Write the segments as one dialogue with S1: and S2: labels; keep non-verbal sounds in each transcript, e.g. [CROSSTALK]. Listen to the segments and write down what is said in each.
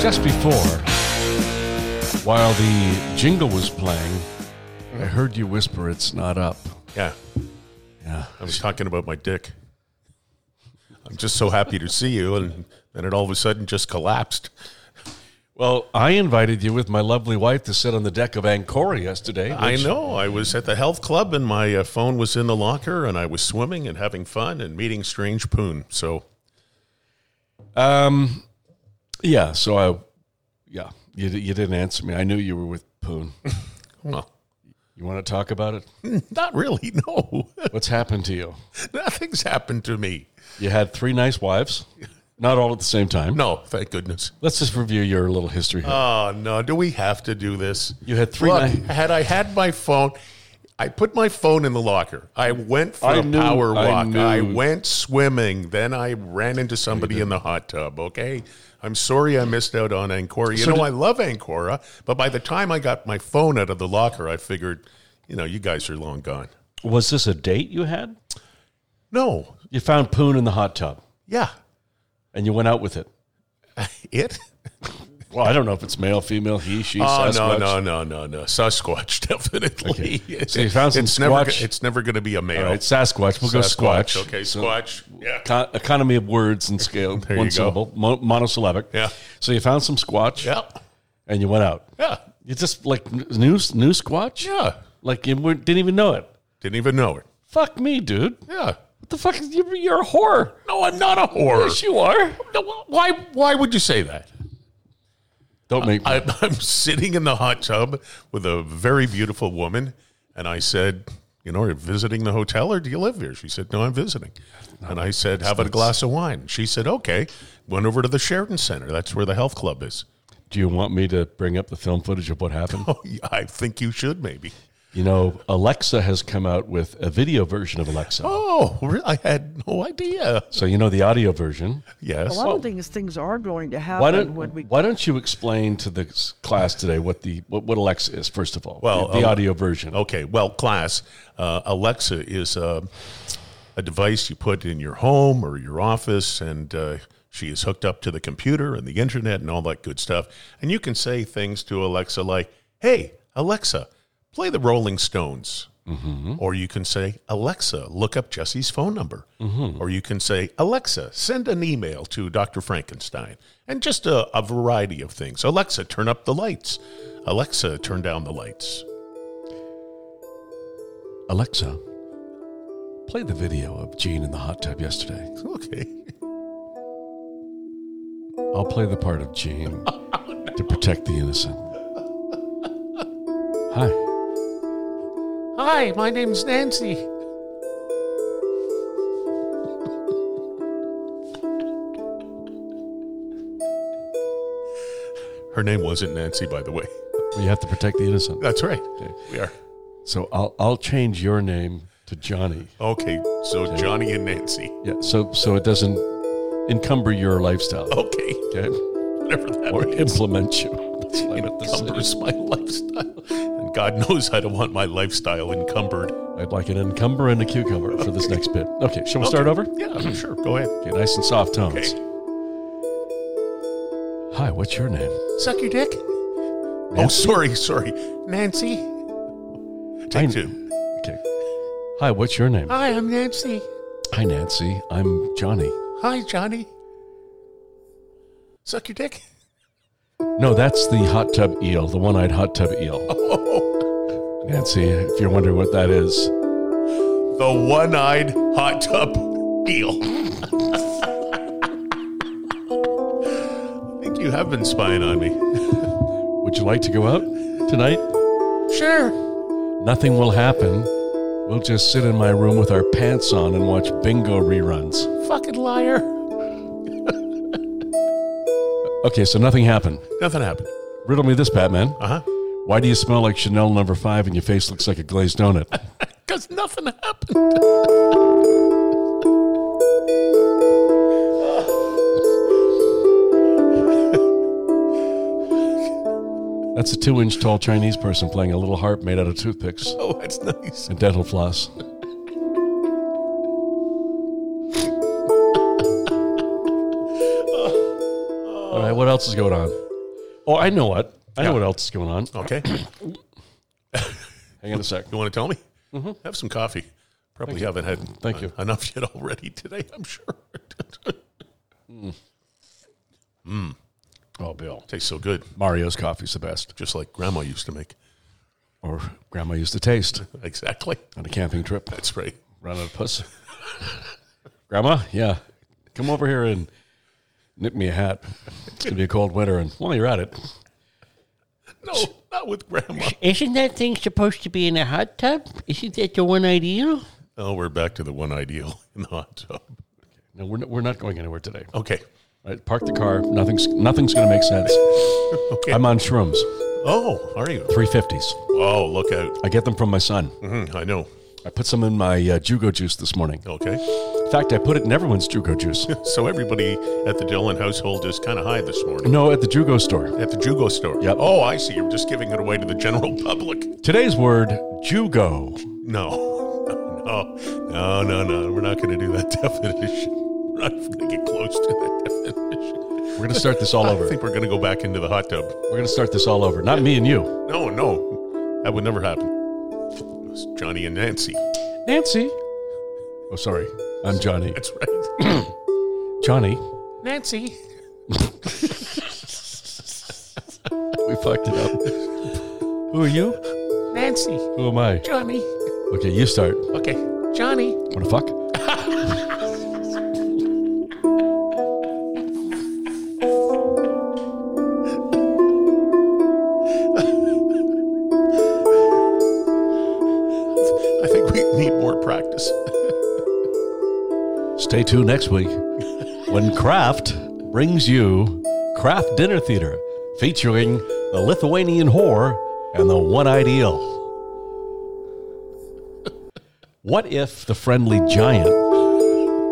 S1: just before, while the jingle was playing, I heard you whisper, "It's not up."
S2: Yeah,
S1: Yeah.
S2: I was talking about my dick. I'm just so happy to see you, and then it all of a sudden just collapsed.
S1: Well, I invited you with my lovely wife to sit on the deck of Angkor yesterday.
S2: I
S1: which-
S2: know. I was at the health club, and my uh, phone was in the locker, and I was swimming and having fun and meeting strange poon. So
S1: Um, yeah. So I, yeah, you di- you didn't answer me. I knew you were with Poon.
S2: well, [LAUGHS]
S1: You want to talk about it?
S2: not really. [LAUGHS] No,
S1: What's happened to you?
S2: nothing's happened to me.
S1: You had three nice wives, not all at the same time.
S2: No, thank goodness.
S1: Let's just review your little history here.
S2: Oh no, do we have to do this?
S1: You had three
S2: Look,
S1: ni-
S2: had I had my phone, I put my phone in the locker. I went for
S1: I
S2: a
S1: knew-
S2: power
S1: I
S2: walk.
S1: knew.
S2: I, went swimming. Then I ran into somebody in the hot tub. Okay, I'm sorry I missed out on Ancora. You know I love Ancora, but by the time I got my phone out of the locker, I figured, you know, you guys are long gone.
S1: Was this a date you had?
S2: No,
S1: You found Poon in the hot tub
S2: yeah,
S1: and you went out with it. [LAUGHS]
S2: it.
S1: Well, I don't know if it's male, female, he, she,
S2: Oh no
S1: Sasquatch.
S2: no no no no Sasquatch [LAUGHS] definitely.
S1: Okay. So you found some
S2: it's never
S1: squatch.
S2: go- it's never going to be a male.
S1: All right, Sasquatch. We'll go
S2: Squatch.
S1: Squatch.
S2: Okay,
S1: So,
S2: Squatch. Yeah.
S1: co- economy of words and scale.
S2: [LAUGHS] There you
S1: one
S2: go.
S1: syllable, mo- monosyllabic.
S2: Yeah.
S1: So you found some Squatch
S2: Yeah.
S1: and you went out.
S2: Yeah.
S1: You just like n- new new Squatch.
S2: Yeah.
S1: Like you weren't, didn't even know it.
S2: Didn't even know it.
S1: Fuck me, dude.
S2: Yeah.
S1: What the fuck? Is, you you're a whore.
S2: No, I'm not a
S1: Yes,
S2: whore.
S1: you are.
S2: No, why? Why would you say that?
S1: Don't make me.
S2: I, [LAUGHS] I'm sitting in the hot tub with a very beautiful woman, and I said, "You know, are you visiting the hotel, or do you live here?" She said, "No, I'm visiting." And I said, "Have a glass of wine." She said, "Okay." Went over to the Sheridan Center. That's where the health club is. [LAUGHS]
S1: Do you want me to bring up the film footage of what happened?
S2: Oh, yeah, I think you should maybe.
S1: You know, Alexa has come out with a video version of Alexa.
S2: Oh, re- I had no idea.
S1: So you know the audio version.
S2: Yes.
S3: A lot of things things are going to happen
S1: Why don't
S3: when we
S1: Why don't you explain to the s- class today what the what, what Alexa is first of all?
S2: Well,
S1: the, the
S2: uh,
S1: audio version.
S2: Okay, well, class, uh, Alexa is a, a device you put in your home or your office, and uh, she is hooked up to the computer and the internet and all that good stuff. And you can say things to Alexa like, hey, Alexa, play the Rolling Stones. Or you can say, Alexa, look up Jesse's phone number. Or you can say, Alexa, send an email to Dr. Frankenstein. And just a, a variety of things. Alexa, turn up the lights. Alexa, turn down the lights. [LAUGHS]
S1: Alexa, play the video of Gene in the hot tub yesterday.
S2: Okay.
S1: I'll play the part of [LAUGHS] Gene to protect the innocent. Hi.
S2: Hi, my name's Nancy. Her name wasn't Nancy, by the way.
S1: Well, you have to protect the innocent.
S2: That's right. We are.
S1: So I'll I'll change your name to Johnny.
S2: Okay, so Johnny and Nancy.
S1: Yeah. So so it doesn't encumber your lifestyle.
S2: Okay,
S1: Okay.
S2: Oh. whatever that
S1: Or
S2: means.
S1: implement
S2: [LAUGHS]
S1: you. That's what I meant to say.
S2: Encumbers my lifestyle. And God knows I don't want my lifestyle encumbered.
S1: I'd like an encumber and a cucumber for this next bit. Okay, shall we start
S2: Okay.
S1: over?
S2: Yeah, sure. Go ahead.
S1: Okay, nice and soft tones.
S2: Okay.
S1: Hi, what's your name?
S2: Suck your dick. Oh,
S1: Nancy?
S2: sorry, sorry. Nancy. Take
S1: I-
S2: two.
S1: Okay. Hi, what's your name?
S2: Hi, I'm Nancy.
S1: Hi, Nancy. I'm Johnny.
S2: Hi, Johnny. Suck your dick.
S1: No, that's the hot tub eel, the one-eyed hot tub eel.
S2: [LAUGHS] Oh,
S1: Nancy, if you're wondering what that is,
S2: the one eyed hot tub eel. I think you have been spying on me.
S1: would you like to go out tonight?
S2: Sure.
S1: Nothing will happen. We'll just sit in my room with our pants on and watch bingo reruns.
S2: Fucking liar.
S1: Okay, so nothing happened.
S2: Nothing happened.
S1: Riddle me this, Batman.
S2: Uh huh.
S1: Why do you smell like Chanel number five and your face looks like a glazed donut?
S2: Because nothing happened.
S1: That's a two inch tall Chinese person playing a little harp made out of toothpicks
S2: Oh, that's nice.
S1: and dental floss. All right, what else is going on? Oh, I know what. I know what else is going on.
S2: Okay.
S1: Hang on a sec.
S2: You want to tell me? Have some coffee. Probably haven't had
S1: Thank you.
S2: enough yet already today, I'm sure.
S1: Oh, Bill.
S2: Tastes so good,
S1: Mario's coffee's the best,
S2: just like Grandma used to make.
S1: or Grandma used to taste
S2: Exactly.
S1: on a camping trip.
S2: That's right.
S1: Run out of puss. Grandma, yeah, come over here and knit me a hat. It's gonna be a cold winter, and while you're at it,
S2: No, not with Grandma.
S4: Isn't that thing supposed to be in a hot tub? Isn't that the one ideal?
S2: Oh, we're back to the one ideal [LAUGHS] in the hot tub.
S1: no, we're not, we're not going anywhere today.
S2: Okay.
S1: All right, park the car. Nothing's nothing's gonna make sense.
S2: Okay.
S1: I'm on shrooms,
S2: oh, are you?
S1: three fifties.
S2: Oh, look out.
S1: I get them from my son.
S2: Mhm, I know.
S1: I put some in my uh, Jugo juice this morning.
S2: Okay. [LAUGHS]
S1: In fact, I put it in everyone's Jugo juice. [LAUGHS]
S2: So everybody at the Dillon household is kind of high this morning.
S1: no, at the Jugo store.
S2: At the Jugo store.
S1: Yep.
S2: Oh, I see. You're just giving it away to the general [LAUGHS] public.
S1: Today's word, Jugo.
S2: No, [LAUGHS] no, no, no, no. We're not going to do that [LAUGHS] definition. We're not going to get close to that definition.
S1: We're gonna start this all over.
S2: I think we're going to go back into the hot tub.
S1: We're gonna start this all over. Not me and you,
S2: No, no, that would never happen. It was Johnny and Nancy.
S1: Nancy. Oh, sorry. I'm Johnny.
S2: That's right. [LAUGHS]
S1: Johnny, [LAUGHS]
S2: Nancy.
S1: we fucked it up. Who are you?
S2: Nancy.
S1: Who am I?
S2: Johnny.
S1: Okay, you start.
S2: Okay. Johnny.
S1: Wanna fuck?
S2: I think we need more practice.
S1: Stay tuned next week when Kraft brings you Kraft Dinner Theater featuring the Lithuanian whore and the one eyed eel. What if the friendly giant?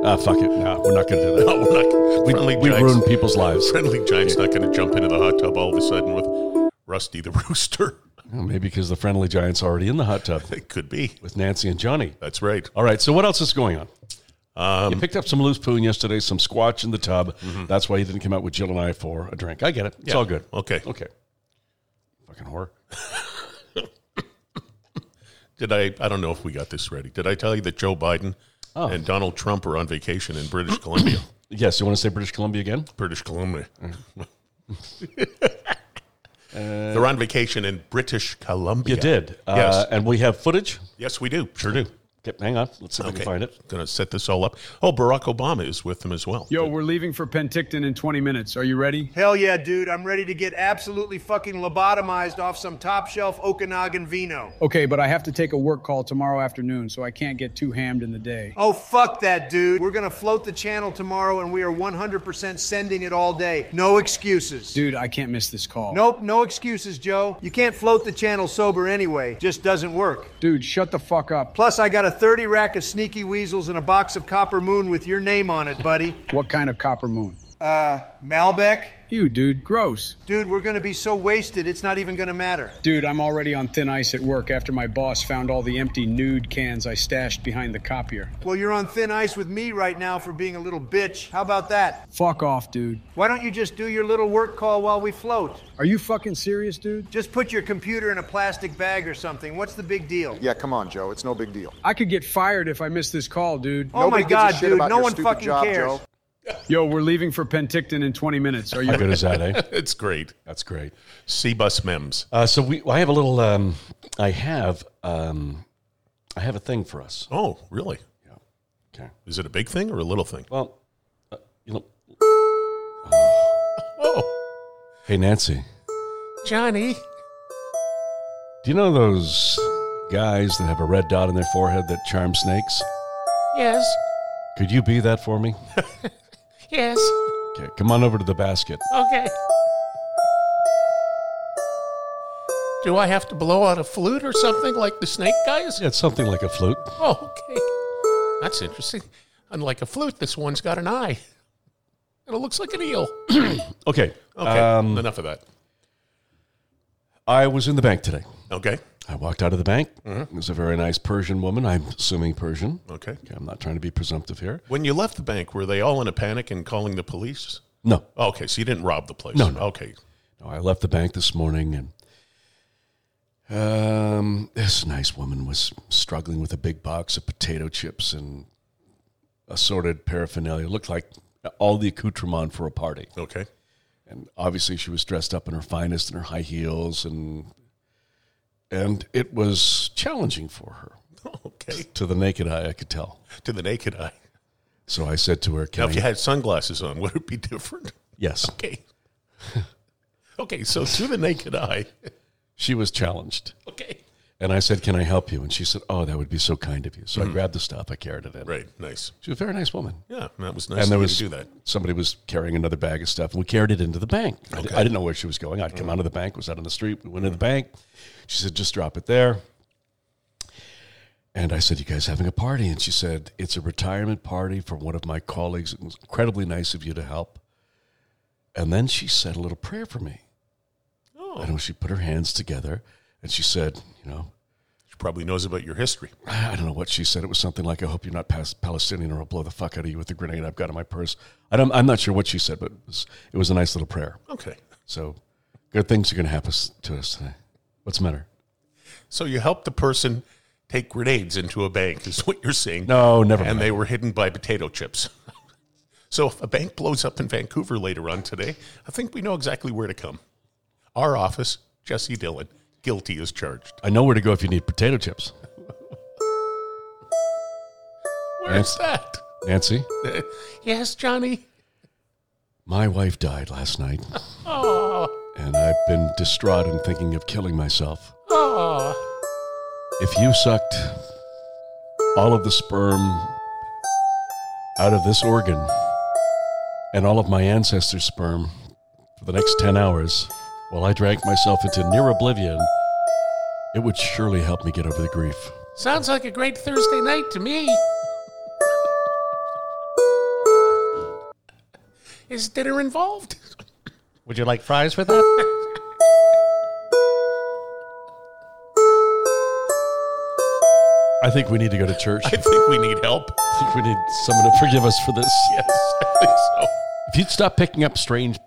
S1: Ah, fuck it. No, we're not going
S2: [LAUGHS]
S1: to do that.
S2: No, we're not.
S1: We,
S2: Oh, friendly
S1: we
S2: Giants.
S1: ruined people's lives.
S2: Friendly Giant's not going to jump into the hot tub all of a sudden with Rusty the [LAUGHS] Rooster.
S1: Well, Maybe because the friendly giant's already in the hot tub
S2: It could be.
S1: with Nancy and Johnny.
S2: That's right.
S1: All right, so what else is going on?
S2: Um,
S1: you picked up some loose poon yesterday, some squatch in the tub. That's why you didn't come out with Jill and I for a drink. I get it. It's all good.
S2: Mm-hmm. Okay.
S1: Okay. Fucking whore.
S2: Did I? I don't know if we got this ready. Did I tell you that Joe Biden
S1: Oh.
S2: and Donald Trump are on vacation in British
S1: [CLEARS THROAT]
S2: Columbia?
S1: Yes, you want to say British Columbia again?
S2: British Columbia.
S1: Mm.
S2: [LAUGHS] They're on vacation in British Columbia.
S1: You did. Uh,
S2: Yes.
S1: And we have footage.
S2: Yes, we do. Sure do.
S1: Okay, hang on. Let's see if we can find it.
S2: Going to set this all up. Oh, Barack Obama is with them as well.
S5: Yo, we're leaving for Penticton in 20 minutes. Are you ready?
S6: Hell yeah, dude. I'm ready to get absolutely fucking lobotomized off some top shelf Okanagan vino.
S5: Okay, but I have to take a work call tomorrow afternoon, so I can't get too hammed in the day.
S6: Oh, fuck that, dude. We're gonna float the channel tomorrow and we are 100% sending it all day. No excuses.
S5: Dude, I can't miss this call.
S6: Nope, no excuses, Joe. You can't float the channel sober anyway. Just doesn't work.
S5: Dude, shut the fuck up.
S6: Plus, I got a 30 rack of sneaky weasels and a box of Copper Moon with your name on it, buddy. Uh,
S5: What kind of copper moon?
S6: Malbec?
S5: You, dude, gross.
S6: Dude, we're gonna be so wasted, it's not even gonna matter.
S5: Dude, I'm already on thin ice at work after my boss found all the empty nude cans I stashed behind the copier.
S6: Well, you're on thin ice with me right now for being a little bitch. How about that?
S5: Fuck off, dude.
S6: Why don't you just do your little work call while we float?
S5: Are you fucking serious, dude?
S6: Just put your computer in a plastic bag or something. What's the big deal?
S7: Yeah, come on, Joe. It's no big deal.
S5: I could get fired if I miss this call, dude.
S6: Oh my
S7: Nobody gives a
S6: God,
S7: shit
S6: dude!
S7: about
S6: No
S7: your
S6: one
S7: stupid
S6: fucking
S7: job,
S6: cares.
S7: Joe.
S5: Yo, we're leaving for Penticton in 20 minutes. Are you
S1: How good is that,
S2: [LAUGHS]
S1: eh?
S2: [LAUGHS] It's great.
S1: That's great.
S2: Seabus memes.
S1: Uh, so we, I have a little, um, I have, um, I have a thing for us.
S2: Oh, really?
S1: Okay.
S2: Is it a big thing or a little thing?
S1: Well, uh, you know,
S2: Oh,
S1: hey, Nancy.
S2: Johnny.
S1: Do you know those guys that have a red dot on their forehead that charm snakes?
S2: Yes.
S1: Could you be that for me?
S2: Yes.
S1: Okay, come on over to the basket.
S2: Okay. Do I have to blow out a flute or something like the snake guys?
S1: Yeah, it's something like a flute.
S2: Oh, okay. That's interesting. Unlike a flute, this one's got an eye. And it looks like an eel.
S1: [CLEARS THROAT] Okay.
S2: Okay.
S1: Uh,
S2: enough of that.
S1: I was in the bank today.
S2: Okay.
S1: I walked out of the bank. It was a very nice Persian woman. I'm assuming Persian.
S2: Okay.
S1: Okay, I'm not trying to be presumptive here.
S2: When you left the bank, were they all in a panic and calling the police?
S1: No.
S2: Okay, so you didn't rob the place.
S1: No, no.
S2: Okay.
S1: No, I left the bank this morning and um, this nice woman was struggling with a big box of potato chips and assorted paraphernalia. Looked like all the accoutrement for a party.
S2: Okay. [LAUGHS]
S1: And obviously, she was dressed up in her finest and her high heels, and and it was challenging for her
S2: Okay.
S1: to the naked eye. I could tell.
S2: To the naked eye.
S1: So I said to her,
S2: Now,
S1: "Can
S2: if
S1: I-
S2: you had sunglasses on, [LAUGHS] would it be different?
S1: yes?"
S2: Okay. [LAUGHS] Okay, so to the
S1: [LAUGHS]
S2: naked eye.
S1: She was challenged.
S2: Okay.
S1: And I said, Can I help you? And she said, Oh, that would be so kind of you. So I grabbed the stuff, I carried it in.
S2: Mm-hmm. Right, nice.
S1: She was a very nice woman.
S2: Yeah, that was nice
S1: and there
S2: of you
S1: was
S2: to do that.
S1: somebody was carrying another bag of stuff, and we carried it into the bank. I d-
S2: Okay. Uh-huh.
S1: I, didn't know where she was going. I'd come out of the bank, was out on the street. We went to the bank. She said, "Just drop it there." And I said, "You guys having a party?" And she said, "It's a retirement party for one of my colleagues. It was incredibly nice of you to help." And then she said a little prayer for me.
S2: Oh.
S1: I know she put her hands together and she said, "You know,
S2: She probably knows about your history.
S1: I don't know what she said. It was something like, "I hope you're not pas- Palestinian, or I'll blow the fuck out of you with the grenade I've got in my purse." I don't, I'm not sure what she said, but it was, it was a nice little prayer.
S2: Okay.
S1: So, good things are going to happen s- to us today. What's the matter?
S2: So you helped the person take grenades into a bank, is what you're saying.
S1: No, never
S2: And
S1: mind.
S2: they were hidden by potato chips. [LAUGHS] so if a bank blows up in Vancouver later on today, I think we know exactly where to come. Our office, Jesse Dillon, guilty as charged.
S1: I know where to go if you need potato chips,
S2: Where's that?
S1: Nancy.
S2: yes, Johnny.
S1: My wife died last night, Oh. and I've been distraught and thinking of killing myself. If you sucked all of the sperm out of this organ and all of my ancestors' sperm for the next 10 hours while I drank myself into near oblivion, it would surely help me get over the grief.
S2: Sounds like a great Thursday night to me. Is dinner involved?
S7: Would you like fries with that?
S1: I think we need to go to church.
S2: I think we need help. [LAUGHS]
S1: I think we need someone to forgive us for this.
S2: Yes, I think so.
S1: If you'd stop picking up strange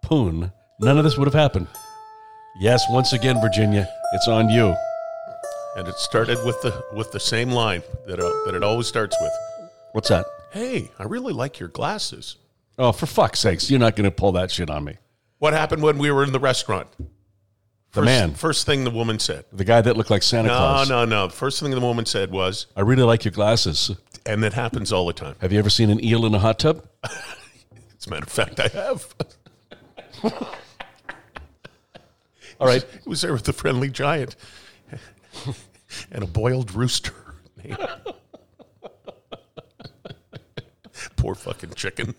S1: poon, none of this would have happened. Yes, once again, Virginia, it's on you.
S2: And it started with the with the same line that uh, that it always starts with.
S1: What's that?
S2: Hey, I really like your glasses.
S1: Oh, for fuck's sakes, you're not going to pull that shit on me.
S2: What happened when we were in the restaurant?
S1: The
S2: First-
S1: man,
S2: First thing the woman said.
S1: the guy that looked like Santa
S2: No,
S1: Claus.
S2: no, no. First thing the woman said was,
S1: I really like your glasses.
S2: and that happens all the time.
S1: Have you ever seen an eel in a hot tub?
S2: As a matter of fact, I have.
S1: [LAUGHS] All right.
S2: It was there with the friendly giant [LAUGHS] and a boiled rooster. [LAUGHS] Poor fucking chicken,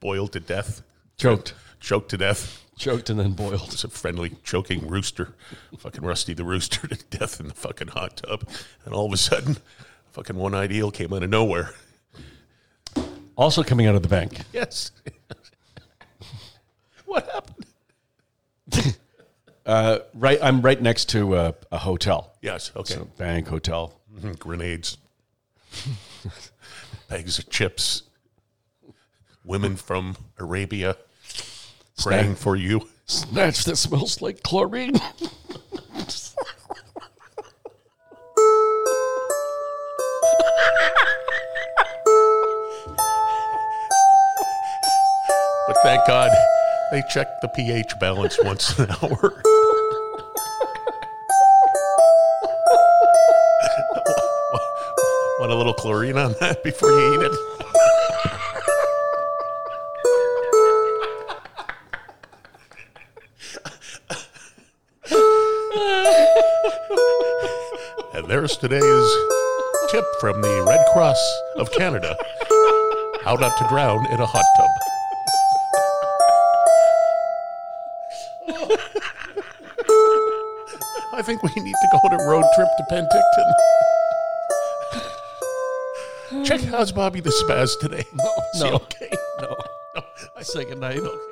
S2: boiled to death,
S1: Choked.
S2: choked to death.
S1: Choked and then boiled.
S2: It's a friendly, choking rooster. Fucking Rusty the rooster [LAUGHS] to death in the fucking hot tub. And all of a sudden, fucking one eyed eel came out of nowhere. [LAUGHS]
S1: Also coming out of the bank.
S2: Yes. what happened?
S1: Right, I'm right next to a, a hotel.
S2: Yes. Okay.
S1: So bank, hotel.
S2: Mm, Grenades, [LAUGHS] bags of chips, women from Arabia praying for you.
S1: Snatch that smells like chlorine. [LAUGHS]
S2: But thank God they check the pH balance once an [LAUGHS] hour. Want a little chlorine on that before you eat it? [LAUGHS] and there's today's tip from the Red Cross of Canada how not to drown in a hot tub. I think we need to go on a road trip to
S1: [LAUGHS]
S2: Penticton. Check how's Bobby the Spaz today? No, [LAUGHS]
S1: no.
S2: okay? [LAUGHS]
S1: No. Second night.